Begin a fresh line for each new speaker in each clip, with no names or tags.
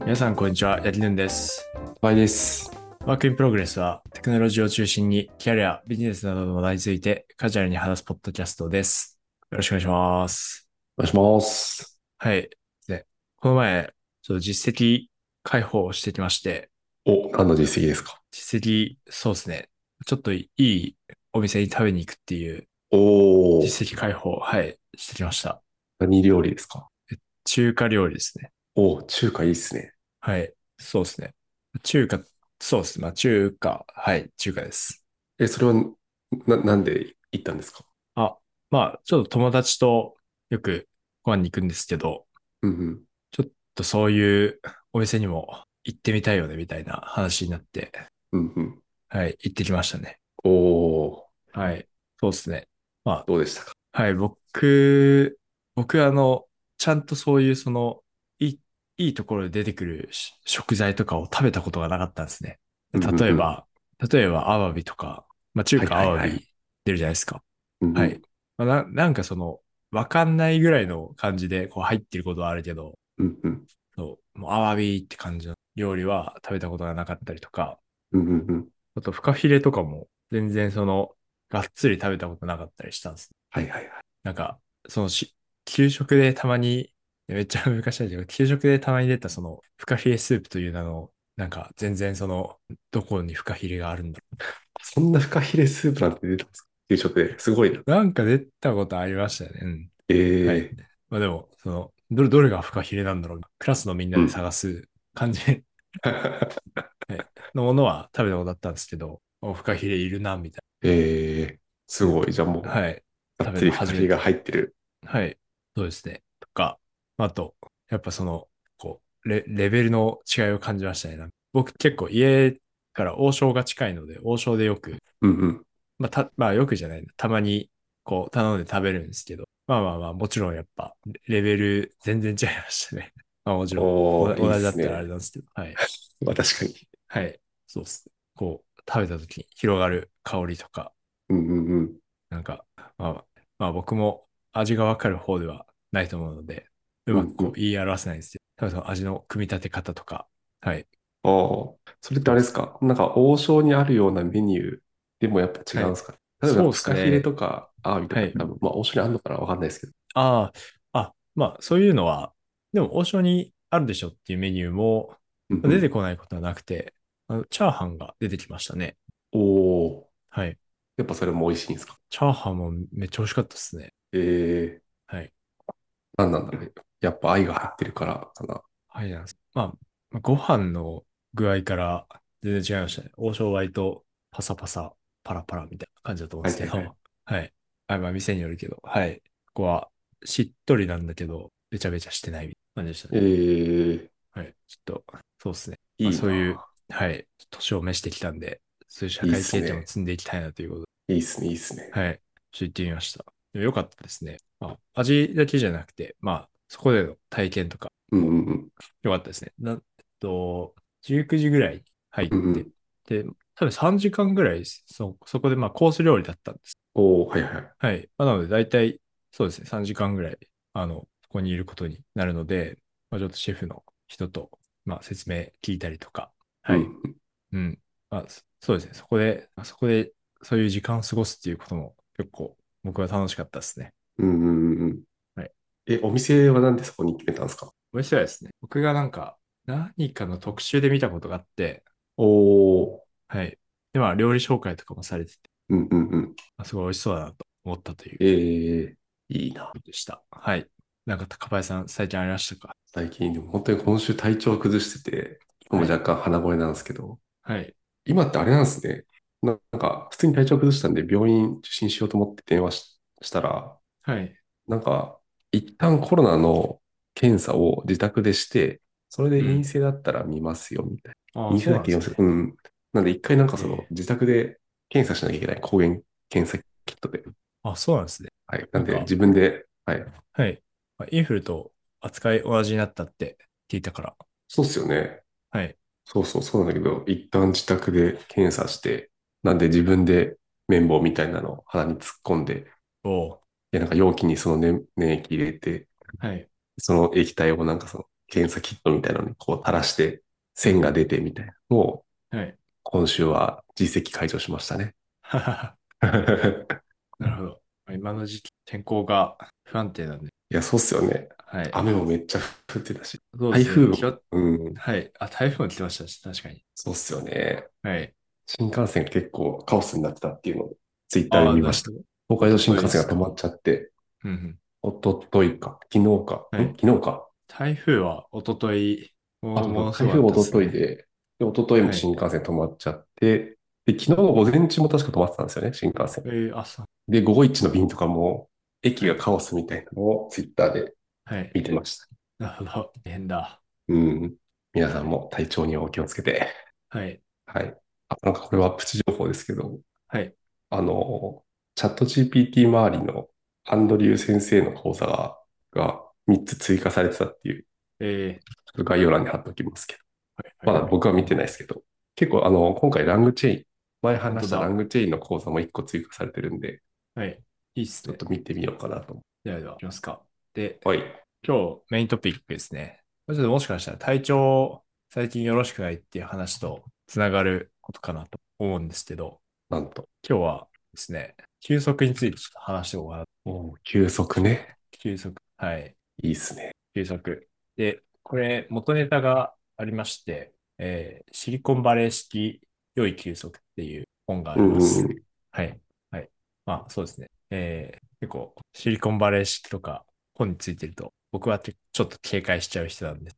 皆さん、こんにちは。やりぬんです。
バイです。
ワークインプログレスは、テクノロジーを中心に、キャリア、ビジネスなどの話題について、カジュアルに話すポッドキャストです。よろしくお願いします。
お願いします。
はい。で、この前、ちょっと実績開放をしてきまして、
お、何の実績ですか
実績、そうですね。ちょっといいお店に食べに行くっていう
おー、
実績開放、はい、してきました。
何料理ですか
中華料理ですね。
お、中華いいっすね。
はい。そうですね。中華、そうですね。まあ、中華、はい、中華です。
え、それは、な、なんで行ったんですか
まあ、ちょっと友達とよくご飯に行くんですけど、
うんうん。
ちょっとそういうお店にも行ってみたいよね、みたいな話になって、
うんうん。
はい、行ってきましたね。
おー、
はい、そうですね。
どうでしたか
はい、僕、僕あの、ちゃんとそういうその、いい、いいところで出てくるし食材とかを食べたことがなかったんですね。例え。ば、例えばアワビとか、まあ中華
はい
ア
はい
ワ
はい
ビ出るじゃないですか。
うんうんうん
はい。まあななんかその、わかんないぐらいの感じでこう入ってることはあるけど、
うんうん。
そう、もうアワビって感じの料理は食べたことがなかったりとか、
うんうんうん。
あとフカヒレとかも全然その、がっつり食べたことなかったりしたんです。
はいはいはい。
なんか、そのし、給食でたまに、めっちゃ昔だけど、給食でたまに出たその、フカヒレスープという名の、なんか全然その、どこにフカヒレがあるんだろ
そんなフカヒレスープなんて出たんですか給食で。すごいな。
う。なんか出たことありましたよね。うん。
え
はい
ー、
まあでも、その、どれ、どれがフカヒレなんだろう。クラスのみんなで探す感じ。のものは食べたことあったんですけど、おフカヒレいるな、みたい
えー、すごい。じゃあもう、
な。はい。
がっつりフカヒレが入ってる。
はい。そうですね。とか、あと、やっぱその、こう、レレベルの違いを感じましたね。なんか僕結構家から王将が近いので、王将でよく、
うんうん。
まあ、た、まあよくじゃないな、たまにこう頼んで食べるんですけど、まあまあまあ、もちろんやっぱレベル全然違いましたね。 まあもちろん、
お
同
ー、
じ同じ
いい
だっ
っす
たらあれ
ね。
なんですけど、はい。
まあ確かに。
はい。そうですね。こう、食べた時に広がる香りとか、
うんうんうん。
なんか、まあ、まあ僕も味がわかる方ではないと思うので、うまくこ
うんう
うん言い表せないんですけど、多分その味の組み立て方とか、はい。
ああ、それってあれですかなんか王将にあるようなメニューでもやっぱ違うんですかね
はい
例えば
そうっ
フ
す
カ
ね
ヒレとかアワビとか
はい
多分、まあ王将にあるのかなわかんないですけど。
ああ、あ、まあそういうのは、でも王将にあるでしょっていうメニューも
うんうん
出てこないことはなくて、あのチャーハンが出てきましたね。
おお、
はい。
やっぱそれも美味しいんですか
チャーハンもめっちゃ美味しかったですね。
ええ
はい。
なんなんだろうやっぱ愛が入ってるからかな。
はいなんです。まあ、ご飯の具合から全然違いましたね。王将割とパサパサ、パラパラみたいな感じだと思うんですけど、
は
はいい
はい
あまあ、店によるけど、はい。ここはしっとりなんだけど、べちゃべちゃしてないみたいな感じでした
ええ
ね。はい。ちょっと、そうですね。
いい
まあ
な
そういう。はい。年を召してきたんで、そういう社
いいっ
会
すね
経験を積んでいきたいなということで、
いいっすね、いいっすね。
はい。ちょっと行ってみました。でも良かったですね。まあ、味だけじゃなくて、まあ、そこでの体験とか、
うんうんうん。
よかったですね。な、えっと、19時ぐらいに入って、
うんうん
で、多分3時間ぐらいです、そ、そこでまあコース料理だったんです。
おお、はいはい。
はい。まあ、なので大体、そうですね、3時間ぐらい、あの、ここにいることになるので、まあ、ちょっとシェフの人と、まあ、説明聞いたりとか、は
う
い。
ん
うん。まあ、そそうですね、そこで、あそこで、そういう時間を過ごすっていうことも結構僕は楽しかったですね。
うんうんうん。
はい
え、お店はなんでそこに決めたんですか
面白いですね。僕がなんか、何かの特集で見たことがあって、
おお、
はい。で、まあ、料理紹介とかもされてて、
うんうんうん。
あすごい美味しそうだなと思ったというこ
ええいいな。
とでした。はい。なんか、高林さん、最近ありましたか
最近、でも本当に今週体調崩してて、今も若干鼻声なんですけど、
はい。
今ってあれなんですね。ななんか、普通に体調崩したんで、病院受診しようと思って電話ししたら、
はい。
なんか、一旦コロナの検査を自宅でして、それで陰性だったら見ますよ、みたい
あ
な。陰性だっけ、陽性うん。なんで、一回なんかその
ええ、
自宅で検査しなきゃいけない、抗原検査キットで。
あ、そうなんですね。
はい。
な
なん
ん
で、
か
自分で、はい。
はい。まあインフルと扱い同じになったって聞いたから。
そうっすよね。
はい。
そうそう、そうなんだけど、一旦自宅で検査して、なんで自分で綿棒みたいなのを鼻に突っ込んで、
おお。
で、なんか容器にその粘、粘液入れて、
はい。
その液体をなんかその検査キットみたいなのにこう垂らして、線が出てみたいなのを、
はい。
今週は実績解除しましたね。
はははなるほど。今の時期、天候が不安定なんで。
いや、そうっすよね。
はい。
雨もめっちゃ降ってたし、
どうで
台
す
風も
気を、
うん、
はい。あ、台風も来てましたし、確かに。
そうっすよね。
はい。
新幹線が結構カオスになってたっていうのをツイッターで見ました。
た。
東海道新幹線が止まっちゃって、
うんうん。
おとといか、昨日か、
はい
ん昨日か。
台風は一昨日
あ、
も
台
すご
風
か
お
った
と
すね
とい。で、で、おとといも新幹線止まっちゃって、で、昨日の午前中も確か止まってたんですよね、新幹線。
えー、あ、そう。
で、午後一の便とかも、駅がカオスみたいなのをツイッターで
はい。
見てました。
なるほど。変だ。
うん。皆さんも体調にはお気をつけて。
はい。
はい。あ、なんかこれはプチ情報ですけど、
はい。
あの、チャット GPT 周りのアンドリュー先生の講座が、が3つ追加されてたっていう、
え
ちょっと概要欄に貼っておきますけど、
ー、
ま
はい
だ僕は見てないですけど、結構あの、今回ラングチェイン、前話した
本当だ
ラングチェインの講座も1個追加されてるんで、
はい。いいっす
ちょっ
ね。
と見てみようかなと。
ではでは、いきますか。で、
はい。
今日メイントピックですね。ちょっともしかしたら体調最近よろしくないっていう話とつながることかなと思うんですけど、
なんと。
今日はですね、休息についてちょっと話しておこうかな。
おー休息ね。
休息。はい。
いいっすね。
休息。で、これ元ネタがありまして、えーシリコンバレー式良い休息っていう本があり
うんう
ま
ん
す。はい。はい。まあ、そうですね。えー結構、シリコンバレー式とか本についてると、僕はちょちょっと警戒しちゃう人なんで。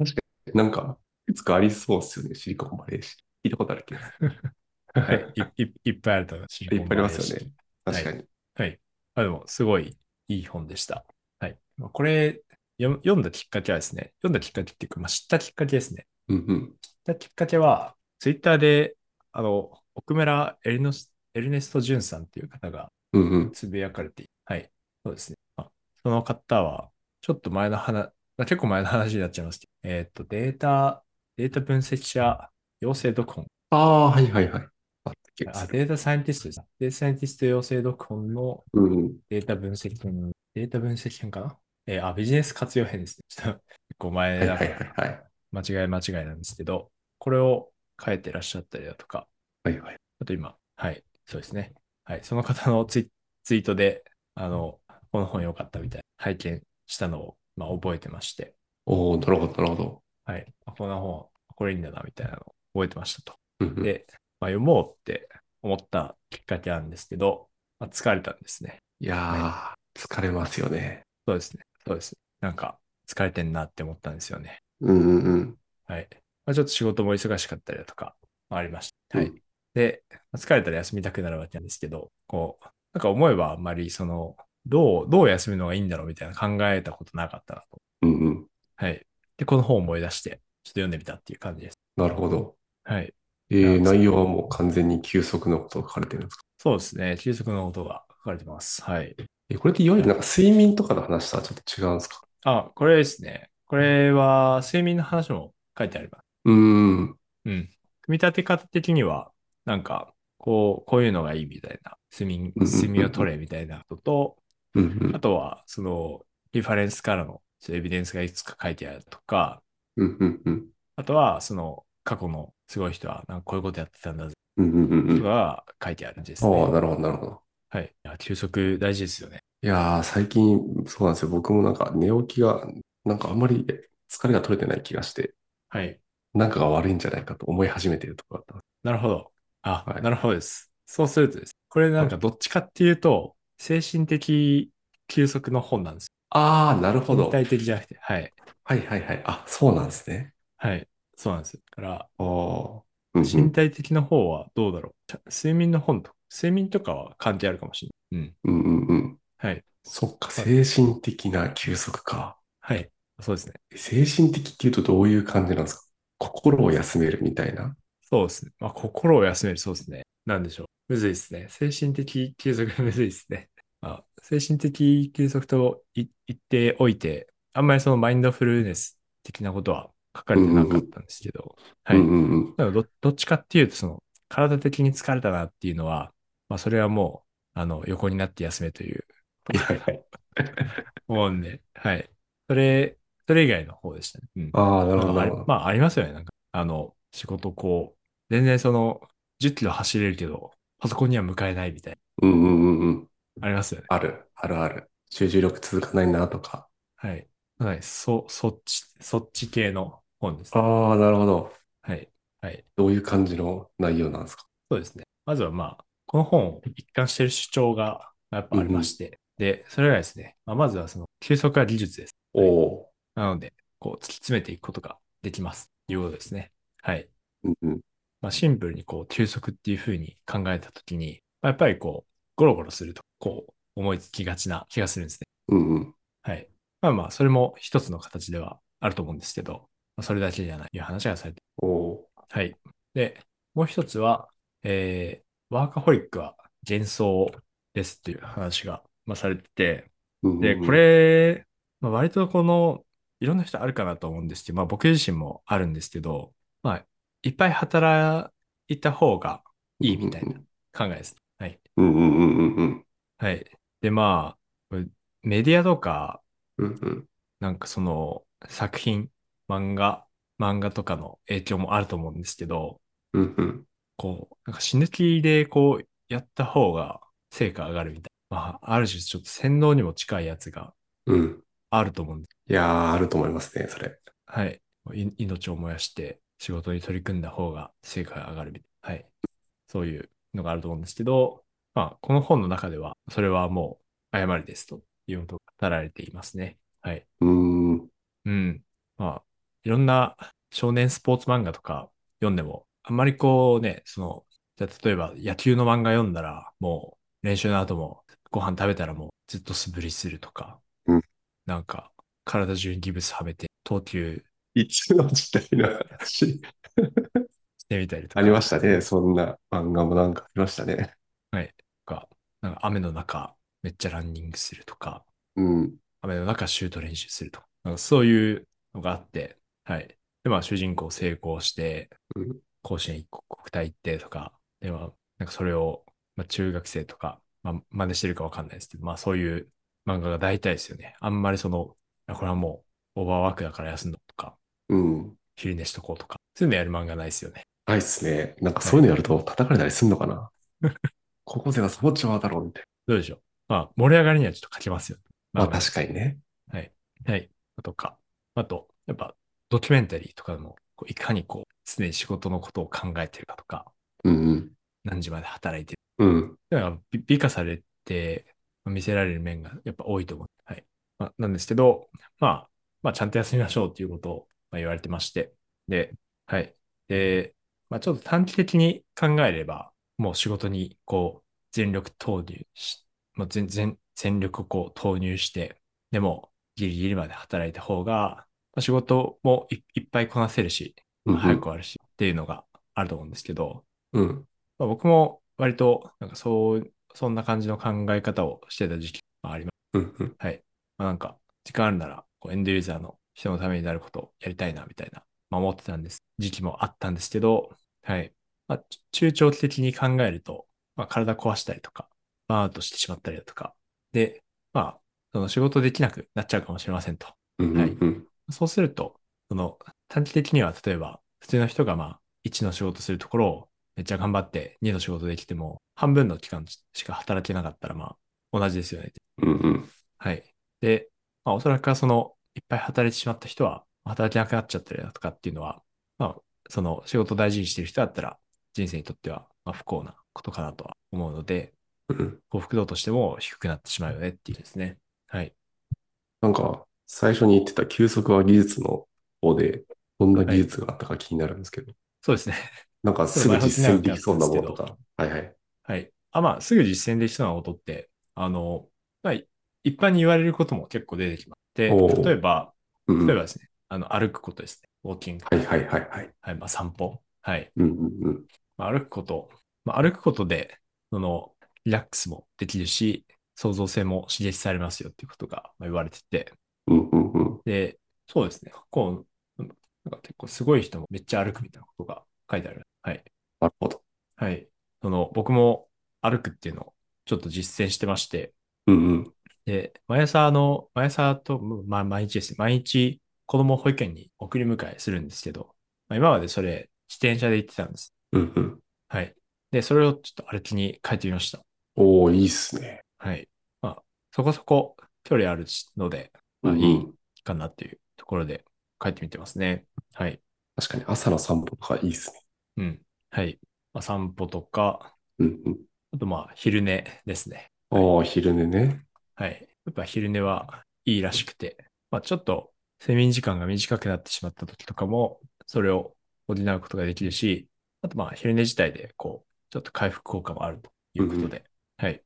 うん。なんか、いつかありそうっすよね、シリコンバレーし。聞いたことあるけど。
はい。いいいっぱいあると思う。シリコンバレー式
いっぱいありますよね。確かに。
はい。あでも、すごいいい本でした。はい。まあこれ、読読んだきっかけはですね、読んだきっかけっていうか、まあ、知ったきっかけですね。
うんうん。
知ったきっかけは、ツイッターで、あの、奥村エルノスエルネスト・ジュンさんっていう方が
うんうん。
つぶやかれていはい。そうですね。あその方は、ちょっと前の話、まあ、結構前の話になっちゃいますけど、えーっと、データ、データ分析者養成読本。
ああ、はいはいはい。あった気が
あ、
する。
データサイエンティストですね。データサイエンティスト養成読本の
うんうん。
データ分析編、データ分析編かなえーあ、ビジネス活用編ですね。ちょっと、結構前
はい
な
は
ん
い
か
はいはい。
間違い間違いなんですけど、これを書いてらっしゃったりだとか、
はいはい。
あと今、はい、そうですね。はい、その方のツイツイートで、あの、この本良かったみたいな拝見したのを、まあ、覚えてまして、
おお、なるほど、なるほど。
はい、あこの本、これいいんだなみたいなのを覚えてましたと。
うんうん、
で、まあ、読もうって思ったきっかけなんですけど、まあ、疲れたんですね。
いやー、疲れますよね。
そうですね。そうですね。なんか、疲れてんなって思ったんですよね。
うんうんうん。
はい。まあ、ちょっと仕事も忙しかったりだとか、まあありました。はい。
うん
で、まあ疲れたら休みたくなるわけなんですけど、こう、なんか思えばあんまり、その、どう、どう休むのがいいんだろうみたいな考えたことなかったなと。
うんうん。
はい。で、この本を思い出して、ちょっと読んでみたっていう感じです。
なるほど。
はい。
え
いや
ー、
疲れ
内容はもう完全に休息のことが書かれてるんですか
そうですね。休息のことが書かれてます。はい。
え、これっていわゆるなんか睡眠とかの話とはちょっと違うんですか
あ、これですね。これは、睡眠の話も書いてあります。
うーん。
うん。組み立て方的には、なんか、こう、こういうのがいいみたいな、睡眠、
うんうんうんうん
睡眠を取れみたいなことと、
うん
あとは、その、リファレンスからのちょっとエビデンスがいくつか書いてあるとか、
うん。うんうんうん。
あとは、その、過去のすごい人は、なんかこういうことやってたんだぜ、
うんうんうんう
と
ん。あ
か書いてあるんです
あ
ね。
ー、なるほど、なるほど。
はい。いや休息大事ですよね。
いやー、最近、そうなんですよ。僕もなんか寝起きが、なんかあんまり疲れが取れてない気がして、
はい。
なんかが悪いんじゃないかと思い始めてるところだったんです。
なるほど。あ、
はい
なるほどです。そうするとです。これなんかどっちかっていうと、精神的休息の本なんです。
ああ、なるほ
肉
ど。
体的じゃなくて、はい。
はいはいはい。あ、そうなんですね。
はい。そうなんですよ。だから、
ああ。うんうん
身体的な方はどうだろう。ちゃ睡眠の本と、睡眠とかは関係あるかもしれない。うん。
うんうんうん。
はい。
そっか、精神的な休息か。
はい。そうですね。
精神的っていうとどういう感じなんですか心を休めるみたいな。
そうですね。まあ、心を休める、そうですね。なんでしょう。むずいですね。精神的休息むずいですね。 まあ、精神的休息とい言っておいて、あんまりそのマインドフルネス的なことは書かれてなかったんですけど、はい。
うんうんう
だ
ん。
からどどっちかっていうと、その、体的に疲れたなっていうのは、まあ、それはもう、あの、横になって休めという
はいはい。
思うんで、はい。それそれ以外の方でしたね。うん。
ああ、なる
なんかあ
ほど。な
り
るほ
まあ、ありますよね。なんか、あの、仕事こう、全然その、10キロ走れるけど、パソコンには向かえないみたい
どうんうんうんうん。
な。ありますよね。
ある、あるある。集中力続かないなとか。
はい。はい。そ、そっち、そっち系の本ですね。
ああ、なるほど。
はい。はい。
どういう感じの内容なんですか
そうですね。まずはまあ、この本を一貫している主張がやっぱありまして、で、それがですね、まあ、まずはその、休息は技術です。
おお
なので、こう、突き詰めていくことができます。ということですね。はい。
ー。うんうん。
まあ、シンプルにこう、休息っていうふうに考えたときに、まあ、やっぱりこう、ゴロゴロすると、こう、思いつきがちな気がするんですね。
うんうん。
はい。まあまあ、それも一つの形ではあると思うんですけど、まあ、それだけじゃないという話がされて
おお
はい。で、もう一つは、えー、ワーカホリックは幻想ですっていう話が、まあ、されてて、
ー。うんうん
で、
うん
こ、れ、まあ、割とこの、いろんな人あるかなと思うんですけど、まあ僕自身もあるんですけど、まあ、いっぱい働いた方がいいみたいな考えです。はい。
うんうんうんうんうん。
はい。で、まあ、これメディアとか、
うんうん。
なんかその作品、漫画、漫画とかの影響もあると思うんですけど、
うんうん。
こう、なんか死ぬ気でこう、やった方が成果上がるみたいな。まあ、ある種ちょっと洗脳にも近いやつが
うん。
あると思うんです。
いやー、あると思いますね、それ。
はい。い命を燃やして仕事に取り組んだ方が成果が上がるみたいな。はい。そういうのがあると思うんですけど、まあ、この本の中では、それはもう誤りですということが語られていますね。はい。
うーん。
うん。まあ、いろんな少年スポーツ漫画とか読んでも、あんまりこうね、その、じゃあ例えば野球の漫画読んだら、もう練習の後もご飯食べたらもうずっと素振りするとか、
うん
なんか体中にギブスはめて投球
一の時代の話。
してみたりとか、
ありましたね。そんな漫画もなんかありましたね。
なんか雨の中めっちゃランニングするとか、
うん。
雨の中シュート練習するとか、なんかそういうのがあって、はい。で、まあ主人公成功して、
うん
甲子園一国国体行ってとか、では、なんかそれを、まあ、中学生とか、まあ、真似してるかわかんないですけど、まあそういう漫画が大体ですよね。あんまりその、あこれはもうオーバーワークだから休んだとか、
うん。
昼寝しとこうとか、そういうのやる漫画ないですよね。
ないっすね。なんかそういうのやると叩かれたりすんのかな。 高校生がサボっちまうだろうみたい
どうでしょう。まあ盛り上がりにはちょっと欠けますよ。
な。まあ確かにね。
はい。とか、あと、やっぱドキュメンタリーとかの、こういかにこう、常に仕事のことを考えてるかとか、
うん
何時まで働いてる
うん。うん。
っていうのが美美化されて、まあ見せられる面がやっぱ多いと思う。はい。まあ、なんですけど、まあ、まあ、ちゃんと休みましょうっていうことをまあ言われてまして。で、はい。で、まあ、ちょっと短期的に考えれば、もう仕事にこう、全力投入し、まあ、全全全力をこう投入して、でも、ギリギリまで働いた方が、まあ、仕事もいいっぱいこなせるし、
うんうん
早く終わるし、っていうのがあると思うんですけど、
うん。
まあ、僕も割と、なんかそう、そんな感じの考え方をしてた時期があります。
うんうん。
まあ、なんか、時間あるなら、こうエンドユーザーの人のためになることをやりたいな、みたいな、まあ、思ってたんです。時期もあったんですけど、はい。まあ、ち中長期的に考えると、まあ、体壊したりとか、バーンアウトしてしまったりだとか、で、まあ、その仕事できなくなっちゃうかもしれませんと。
うんうんうん。
そうすると、その短期的には例えば普通の人がまあ1の仕事するところをめっちゃ頑張って2の仕事できても半分の期間しか働けなかったらまあ同じですよね。
うんうん。
はい。で、まあおそらくはそのいっぱい働いてしまった人は働けなくなっちゃったりだとかっていうのはまあその仕事を大事にしてる人だったら人生にとってはまあ不幸なことかなとは思うので
うん
幸福度としても低くなってしまうよねっていうですね。はい。
なんか、最初に言ってた休息は技術の方で、どんな技術があったか気になるんですけど、
そうですね。
なんかすぐ実践できそうなものと
そ
か。はいはい。
はい。あ、まあ、すぐ実践できそうなことって、あの、まあ、い一般に言われることも結構出てきます。で、
おう
例えば、
うんうん
例えばですね、あの、歩くことですね。ウォーキング。
はいはいはいはい。
はい、まあ、散歩。はい。
うんうんうん。
まあ、歩くこと。まあ、歩くことで、その、リラックスもできるし、創造性も刺激されますよっていうことがまあ言われてて。
うんうんうん。
で、そうですね。こう、うんなんか結構すごい人もめっちゃ歩くみたいなことが書いてある。はい。
なるほど。
はい。その、僕も歩くっていうのをちょっと実践してまして、
うんうん。
で、毎朝、あの、毎朝と、まあ、毎日ですね、毎日子供を保育園に送り迎えするんですけど、まあ、今までそれ自転車で行ってたんです。
うんうん。
はい。で、それをちょっと歩きに変えてみました。
おー、いいっすね。
はい。まあ、そこそこ距離あるので、まあ、
うん
い
うん
いかなっていうところで帰ってみてますね。はい。
確かに朝の散歩とかいいっす
う
ね。
ん。はい。まあ、散歩とか、
うんうん。
あとまあ、昼寝ですね。
おー、昼寝ね。
はい。やっぱ昼寝はいいらしくて、まあ、ちょっと睡眠時間が短くなってしまった時とかも、それを補うことができるし、あとまあ、昼寝自体で、こう、ちょっと回復効果もあるということで、はい。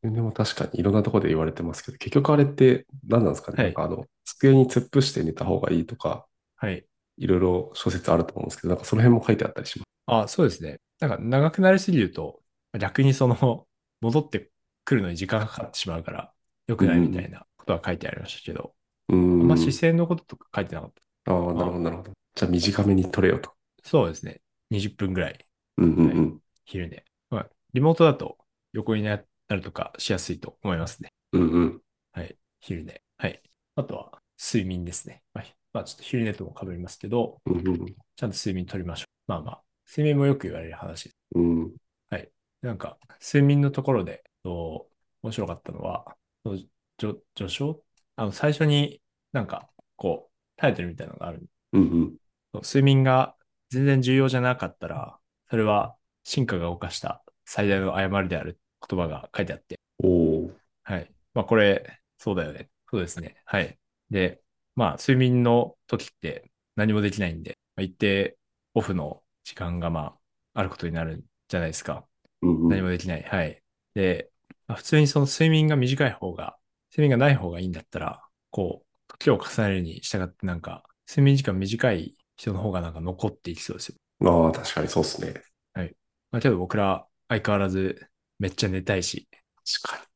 昼寝も確かにいろんなところで言われてますけど、結局あれって何なんですかね、
はい
なんかあの、机に突っ伏して寝た方がいいとか、
はい。
いろいろ諸説あると思うんですけど、なんかその辺も書いてあったりします。
あ、そうですね。なんか長くなりすぎると、逆にその、戻ってくるのに時間がかかってしまうから、良くないみたいなことは書いてありましたけど、
うー
あん
ん。
ま視線のこととか書いてなかった。
ああ、なるほど、なるほど。じゃあ短めに取れよと。
そうですね。20分ぐらい、
うんうんうん。
昼寝。まあ、リモートだと横になるとかしやすいと思いますね。
うんうん。
はい。昼寝。はい。あとは、睡眠ですね。はい。まあ、ちょっと昼寝とも被りますけど、
うんうん
ちゃんと睡眠取りましょう。まあまあ、睡眠もよく言われる話です。
うん。
なんか、睡眠のところで、と面白かったのは、その序序章あの、最初になんか、こう、タイトルみたいなのがある。
うんうん。
そう睡眠が全然重要じゃなかったら、それは進化が犯した最大の誤りである言葉が書いてあって、
おー。
はい。まあ、これ、そうだよね。そうですね。はい。で、まあ、睡眠の時って何もできないんで、まあ一定オフの時間が、まあ、あることになるんじゃないですか。
うんうん
何もできない。はい。で、まあ普通にその睡眠が短い方が、睡眠がない方がいいんだったら、こう、時を重ねるに従ってなんか、睡眠時間短い人の方がなんか残っていきそうですよ。
ああ、確かにそうっすね。
まあ、例えば僕ら相変わらずめっちゃ寝たいし、
確か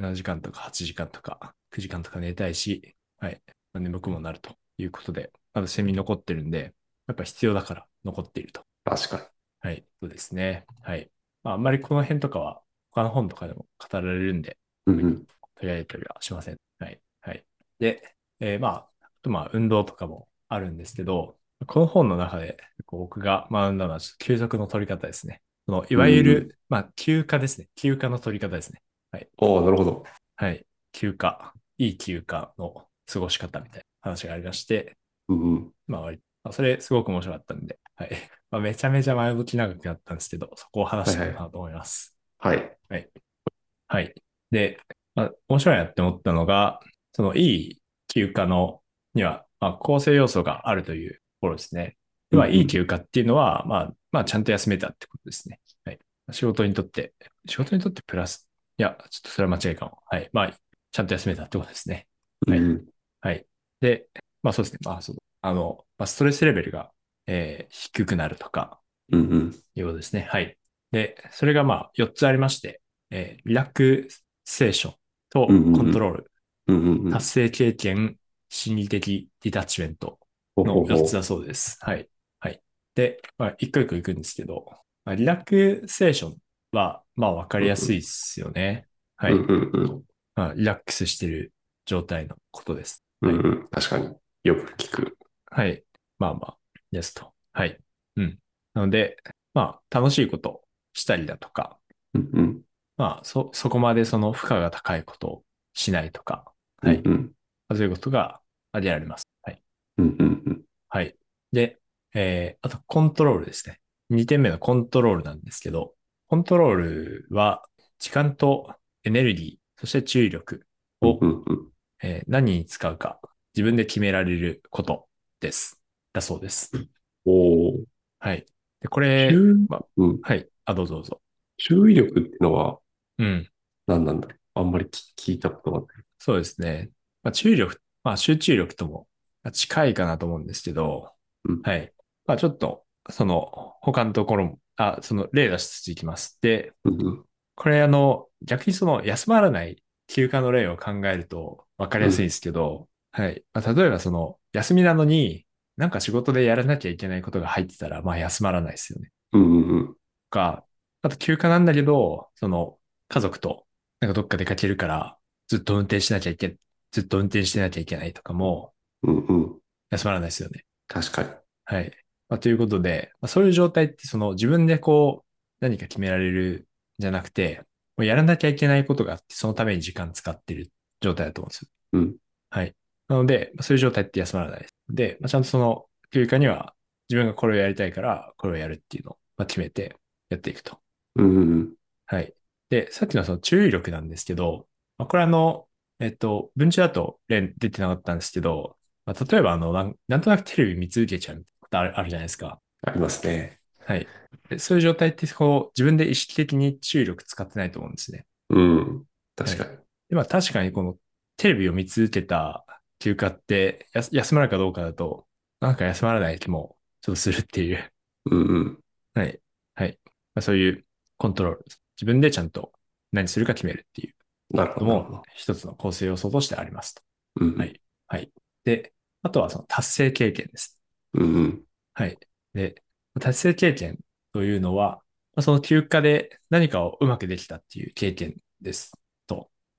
7時間とか8時間とか9時間とか寝たいし、はい。まあ眠くもなるということで、まだ睡眠残ってるんで、やっぱ必要だから残っていると。
に。確かに。
はい、そうですね。はい。まあ、あんまりこの辺とかは他の本とかでも語られるんで、
うんうん。
取り上げたりはしません。はい。はい。で、えーまあ、あとまあ、運動とかもあるんですけど、この本の中でこう僕が学んだのは、ちょっと休息の取り方ですね。そのいわゆる、まあ、休暇ですね。休暇の取り方ですね。
おー、なるほど。
はい。休暇。いい休暇の過ごし方みたいな話がありまして、
うんうん。
まあ、割まあそれすごく面白かったんで、はい。まあ、めちゃめちゃ前向き長くなったんですけど、そこを話したいかなと思います。
はい。
はい。で、まあ、面白いなって思ったのが、そのいい休暇のには、まあ、構成要素があるというところですね。でまあ、
うんうん
いい休暇っていうのは、まあ、まあ、ちゃんと休めたってことですね。はい。仕事にとって、仕事にとってプラス、いや、ちょっとそれは間違いかも。はい。まあ、ちゃんと休めたってことですね。はい
うん
はい。で、まあそうですね。まあそう。あの、まあ、ストレスレベルが、えー低くなるとか、
うんうん。
いうことですね。はい。で、それがまあ4つありまして、えーリラクセーションとコ
うんうんうん
ントロール、
うんうんうん。
達成経験、心理的ディタッチメント
ほうほ
の
うほう
4つだそうです。はい。はい。で、まあ一個一個いくんですけど、まあ、リラクセーションはまあわかりやすいですよね。はい。
うんうんうん。
まあ、リラックスしてる状態のことです。
うんうん。確かによく聞く。
はい。まあまあ、ですと。はい。うん。なので、まあ、楽しいことしたりだとか、
うんうん。
まあ、そ、そこまでその負荷が高いことをしないとか、はい
うん
まあそういうことが挙げられます。はい。
うんうんうん。
はい。で、えー、あと、コントロールですね。2点目のコントロールなんですけど、コントロールは、時間とエネルギー、そして注意力を、
うんうん
えー何に使うか、自分で決められることです。だそうです。
おー。
はい。で、これ、
注
まあ
うん
はい。あ、どうぞどうぞ。
注意力ってのは
うん。
何なんだろうあんまり聞聞いたことがない。
そうですね。まあ、注意力、まあ、集中力ともまあ近いかなと思うんですけど、
うん
はい。まあ、ちょっと、その、他のところも、あ、その、例出しつついきます。で、
うんうん
これ、あの、逆にその、休まらない休暇の例を考えると分かりやすいんですけど、はい。まあ、例えば、その、休みなのに、なんか仕事でやらなきゃいけないことが入ってたら、まあ、休まらないですよね。
うんうんうん。
か、あと休暇なんだけど、その、家族と、なんかどっか出かけるから、ずっと運転しなきゃいけ、ずっと運転してなきゃいけないとかも、
うんうん。
休まらないですよね。
確かに。
はい。まあ、ということで、まあ、そういう状態ってその自分でこう何か決められるんじゃなくて、もうやらなきゃいけないことがあって、そのために時間使ってる状態だと思うんですよ。
うん。
はい。なので、まあそういう状態って休まらないです。で、まあ、ちゃんとその休暇には自分がこれをやりたいから、これをやるっていうのをまあ決めてやっていくと。
うんうん
はい。で、さっきのその注意力なんですけど、まあ、これあの、えっと、文中だと例出てなかったんですけど、まあ、例えばあのなん、なんとなくテレビ見続けちゃうみたいなことあるあるじゃないですか。
ありますね。
はい。でそういう状態ってこう、自分で意識的に注意力使ってないと思うんですね。
うん。確かに。
でまあ確かにこのテレビを見続けた休暇ってやす休まるかどうかだと、なんか休まらない気もちょっとするっていう。
うんうん。
はい。はい。まあ、そういうコントロール。自分でちゃんと何するか決めるっていう
なるほ
の
ど。なるほ
も
ど
一つの構成要素としてありますと。
うんうん
はいで、あとはその達成経験です。
うんうん。
はい。で、達成経験というのは、まあ、その休暇で何かをうまくできたっていう経験です。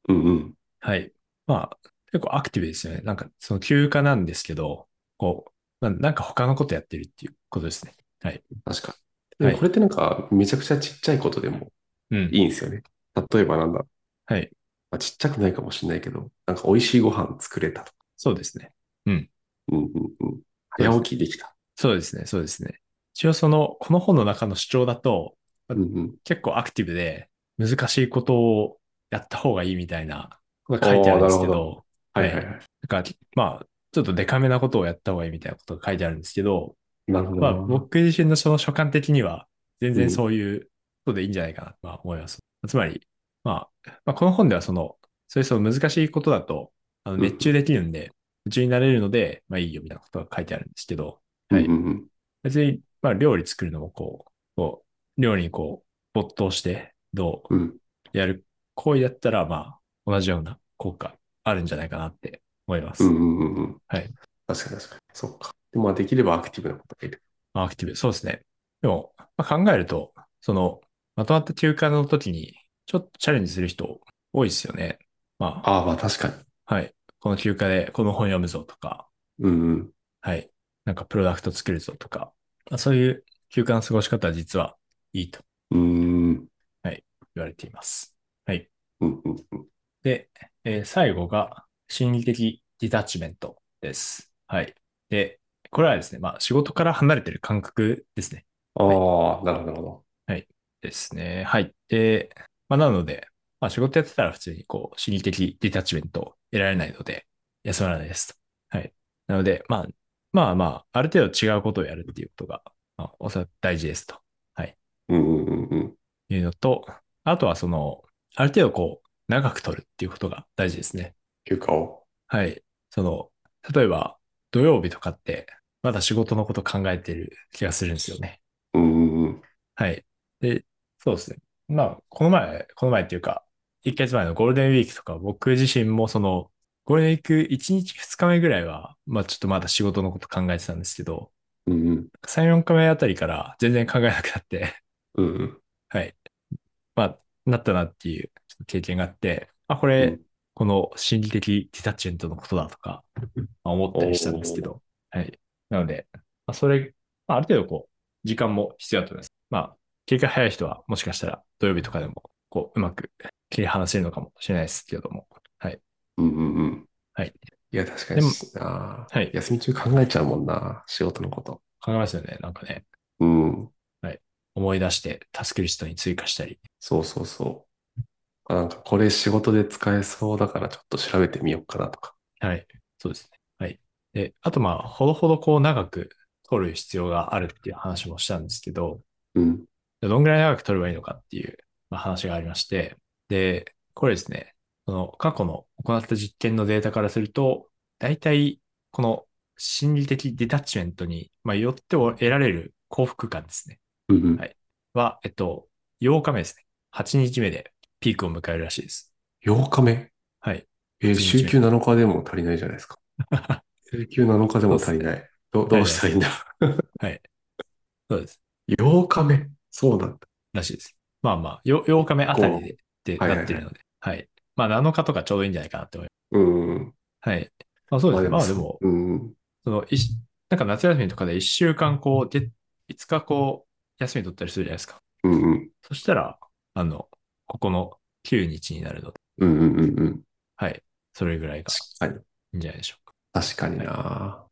うんうん。
はい。まあ、結構アクティブですよね。なんか、その休暇なんですけど、こう、ななんか他のことやってるっていうことですね。
確かに。
はい
でもこれってなんか、めちゃくちゃちっちゃいことでも
うん。
いいんですよね。例えばなんだ、
はい。
まあ、ちっちゃくないかもしれないけど、なんか美味しいご飯作れたとか。
そうですね。
うんうんうん。早起きできた。
そうですね。そうですね。一応その、この本の中の主張だと、
うんうん。
結構アクティブで、難しいことをやった方がいいみたいな、書い
ー
てあるんですけ
なるほ
ど、
はいはいはい。
なんか、まあ、ちょっとデカめなことをやった方がいいみたいなことが書いてあるんですけど、
なるほど
まあ、
なるほど。
僕自身のその所感的には、全
う
然
ん
そういうことでいいんじゃないかなとは思います。つまり、まあ、まあ、この本ではその、そういうその難しいことだと、あの
うん
熱中できるんで、夢中になれるので、まあいいよみたいなことが書いてあるんですけど、はい
うんうん
別に、まあ料理作るのもこう、こう料理にこう、没頭して、ど
うん。うん。
うやる行為だったら、まあ、同じような効果あるんじゃないかなって思います。
うんうんうんうん。
はい。
確かに確かに。そっか。でもまあできればアクティブなことがいる。
まあアクティブ。そうですね。でも、まあ、考えると、その、まとまった休暇の時に、ちょっとチャレンジする人多いですよね。まあ、
ああ、まあ確かに。
はい。この休暇でこの本読むぞとか、
うんうん。
はい。なんかプロダクト作るぞとか、まあそういう休暇の過ごし方は実はいいと
うーん。
言われています。
うんうんうん。
で、えー最後が心理的ディタッチメントです。はい。で、これはですね、まあ仕事から離れてる感覚ですね。
ああ、なるほどなるほど。
ですね。はい。で、まあ、なので、まあ、仕事やってたら普通にこう、心理的ディタッチメントを得られないので、休まらないですと。はい。なので、まあ、まあまあ、ある程度違うことをやるっていうことが、まあ、おそらく大事ですと
うんうんうんうん。
いうのと、あとはその、ある程度こう、長く取るっていうことが大事ですね。
休暇を。
はい。その、例えば、土曜日とかって、まだ仕事のこと考えてる気がするんですよね。
うんうんうん。
はい。で、そうですね。まあ、この前、この前っていうか、1ヶ月前のゴールデンウィークとか、僕自身もその、ゴールデンウィーク1日2日目ぐらいは、まあちょっとまだ仕事のこと考えてたんですけど、
うんうん。
3、4日目あたりから全然考えなくなって、
うんうん。
はい。まあ、なったなっていうちょっと経験があって、あ、これ、
うん
この心理的ディタッチメントのことだとか、まあ思ったりしたんですけど、はい。なので、まあ、それ、まあ、ある程度こう、時間も必要だと思います。まあ、経過早い人はもしかしたら土曜日とかでも、こう、うまく切り離せるのかもしれないですけれども、
うんうんうん。
はい。
いや、確か
で
に
も
な。
はい
休み中考えちゃうもんな。仕事のこと。
考えますよね。なんかね、
うん。
思い出して助ける人に追加したり。
そうそうそう。あなんか、これ仕事で使えそうだから、ちょっと調べてみようかなとか。
はい。そうですね。はい。で、あとまあ、ほどほどこう長く取る必要があるっていう話もしたんですけど、
うん。
どんぐらい長く取ればいいのかっていうまあ話がありまして、で、これですね、その過去の行った実験のデータからすると、大体この心理的ディタッチメントに、まあ、よってを得られる幸福感ですね、
うんうん。
はいは、えっと、8日目ですね。8日目でピークを迎えるらしいです。
8日目
はい。
えー
一日目
週休7日でも足りないじゃないですか。週休7日でも足りない。どどうしたらいいんだ
そうです。
ろう。8日目そうなんだ。
らしいです。まあまあ、よ8日目あたりでって
はいはいはい
なってるので、はい。まあ7日とかちょうどいいんじゃないかなって思います
うん。
はい。あ、そうですね。
ま
ま
あ
あ
で
でも、
もうん。
その、いしなんか夏休みとかで一週間こう、で、5日こう、休み取ったりするじゃないですか。
うんうん。
そしたら、あの、ここの9日になるので、
うんうんうんうん。
はい。それぐらいが
確かに。
いいんじゃないでしょうか。
確かにな。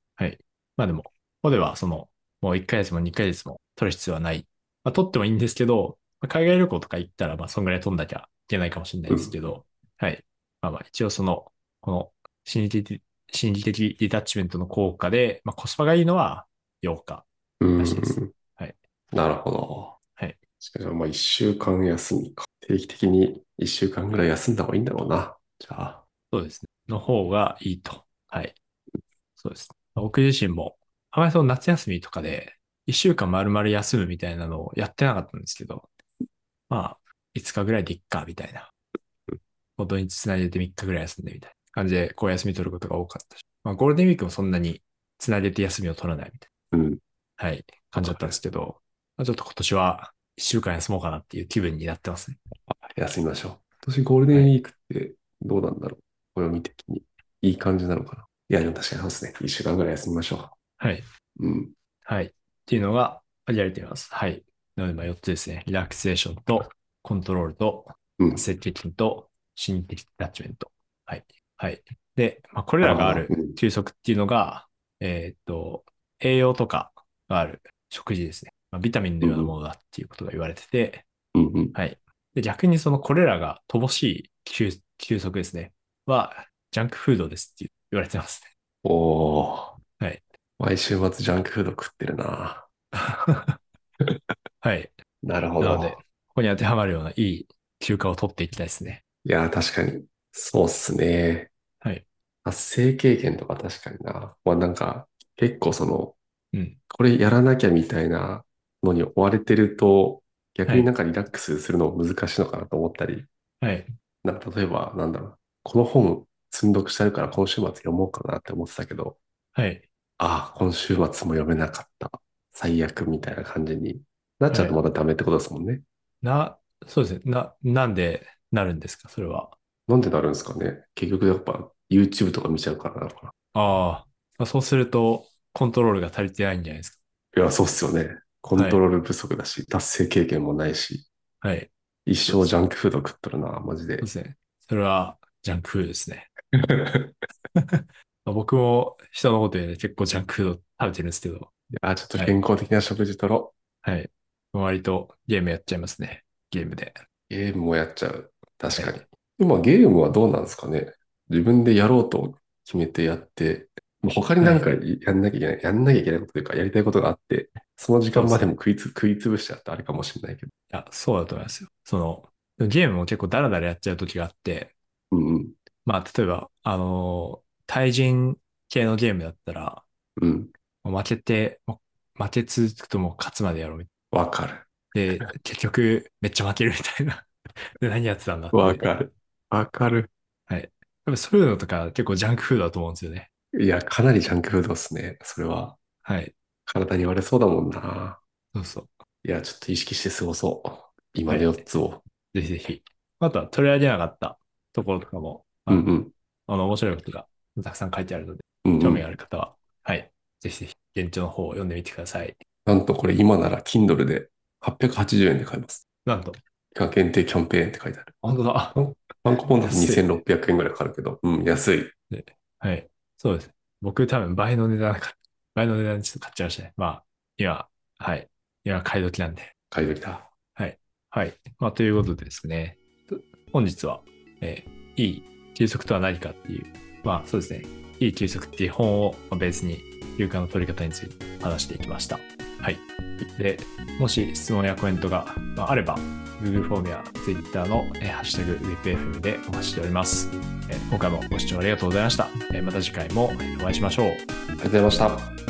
まあでも、ここではその、もう1ヶ月も2ヶ月も取る必要はない。まあ取ってもいいんですけど、まあ海外旅行とか行ったら、まあそんぐらい取んなきゃいけないかもしれないですけど、はい。まあまあ一応その、この心理的、心理的ディタッチメントの効果で、まあコスパがいいのは8日。
うん
らしいです。はい
なるほど。
はい。
しかし、まあ、一週間休みか。定期的に一週間ぐらい休んだ方がいいんだろうな。じゃあ。
そうですね。の方がいいと。はい。そうです。僕自身も、あまりその夏休みとかで、1週間丸々休むみたいなのをやってなかったんですけど、まあ、5日ぐらいでいっか、みたいな。もう土日つないでて3日ぐらい休んでみたいな感じで、こう休み取ることが多かったし。まあ、ゴールデンウィークもそんなにつないでて休みを取らないみたい
うん。
な、はい、感じだったんですけど、まあ、ちょっと今年は1週間休もうかなっていう気分になってますね。
休みましょう。今年ゴールデンウィークってどうなんだろう。暦的に。いい感じなのかな。いや、でも確かにそうですね。一週間ぐらい休みましょ
はい。
う。うん。
はい。っていうのがやれています。はい。なので、まあ4つですね。リラクゼーションと、コントロールと、
うん。
積極的と、心理的ダッチメント。はい。はい。で、まあ、これらがある
うん
休息っていうのが、えーっと、栄養とかがある食事ですね。まあ、ビタミンのようなものだっていうことが言われてて、
うんうん。
はい。で、逆にそのこれらが乏しい休休息ですね。は、ジャンクフードですって言われてます ね。
おー。
はい。
毎週末ジャンクフード食ってるな。
はい。
なるほ
な
ど。
のでここに当てはまるようないい休暇を取っていきたいですね。
いやー、確かに。そうっすね。
はい。
達成経験とか確かにな。まあなんか、結構その、
うん。
これやらなきゃみたいなのに追われてると、逆
は
に
い
なんかリラックスするの難しいのかなと思ったり、
はい。
なんか例えば、なんだろう、この本積んどくしてあるから今週末読もうかなって思ってたけど、
はい。
ああ、今週末も読めなかった。最悪みたいな感じになっちゃうとまたダメってことですもんね。
な、そうですね。な、なんでなるんですか、それは。
なんでなるんですかね。結局やっぱ YouTube とか見ちゃうからなのか
ああ。まあ、そうすると、コントロールが足りてないんじゃないですか。
な。いや、そうっすよね。コントロール不足だし、達成経験もないし、
はい。
一生ジャンクフード食っとるな、マジで
そうで。すね。それは、ジャンクフードですね。まあ僕も人のこと言うね、結構ジャンクフード食べてるんですけど、
あー、ちょっと健康的な食事とろ
はい。割とゲームやっちゃいますね。ゲームで。
う。ゲームもやっちゃう。確かに。今ゲームはどうなんですかね。自分でやろうと決めてやって、もう他になんかやんなきゃいけない、やんなきゃいけないことというか、やりたいことがあって、その時間までも食いつ食いつぶしちゃってあれかもしれないけど。
いや、そうだと思いますよ。その、ゲームも結構ダラダラやっちゃう時があって、
うんうん。
まあ、例えば、あのー対人系のゲームだったら、
うん。
もう負けて、もう負け続くともう勝つまでやろうみ
わかる。
た いな。で、結局、めっちゃ負けるみたいな。で、何やってたんだって。
わかる。 わかる。
やっぱそういうのとか結構ジャンクフードだと思うんですよね。
いや、かなりジャンクフードですね。それは。
はい。
体に悪そうだもんな。
そうそう。
いや、ちょっと意識して過ごそう。今
はい
の4つを。
ぜひぜひ。あとは取り上げなかったところとかも、
う
は
ん
い
うん。
あの、面白いことがたくさん書いてあるので、
うんうん
興味がある方は、はい。ぜひぜひ、現地の方を読んでみてください。
なんとこれ今なら Kindle で880円で買えます。
なんと、
期間限定キャンペーンって書いてある。
本当だ。
ハンコポンだと
安い
2600円ぐらいかかるけど、うん、安い。
はい。そうです。僕多分倍の値段か、 倍の値段でちょっと買っちゃいましたね。まあ、今、はい。今買い時なんで。
買い時だ。
はい。まあ、ということでですね。と本日は、えーいい休息とは何かっていう、まあそうですね。いい休息っていう本をまあベースに、休暇の取り方について話していきました。はい。で、もし質問やコメントがまああれば、Google フォームや Twitter の、えーハッシュタグ WIPFM でお待ちしております。えー今回もご視聴ありがとうございました。えーまた次回もお会いしましょう。
ありがとうございました。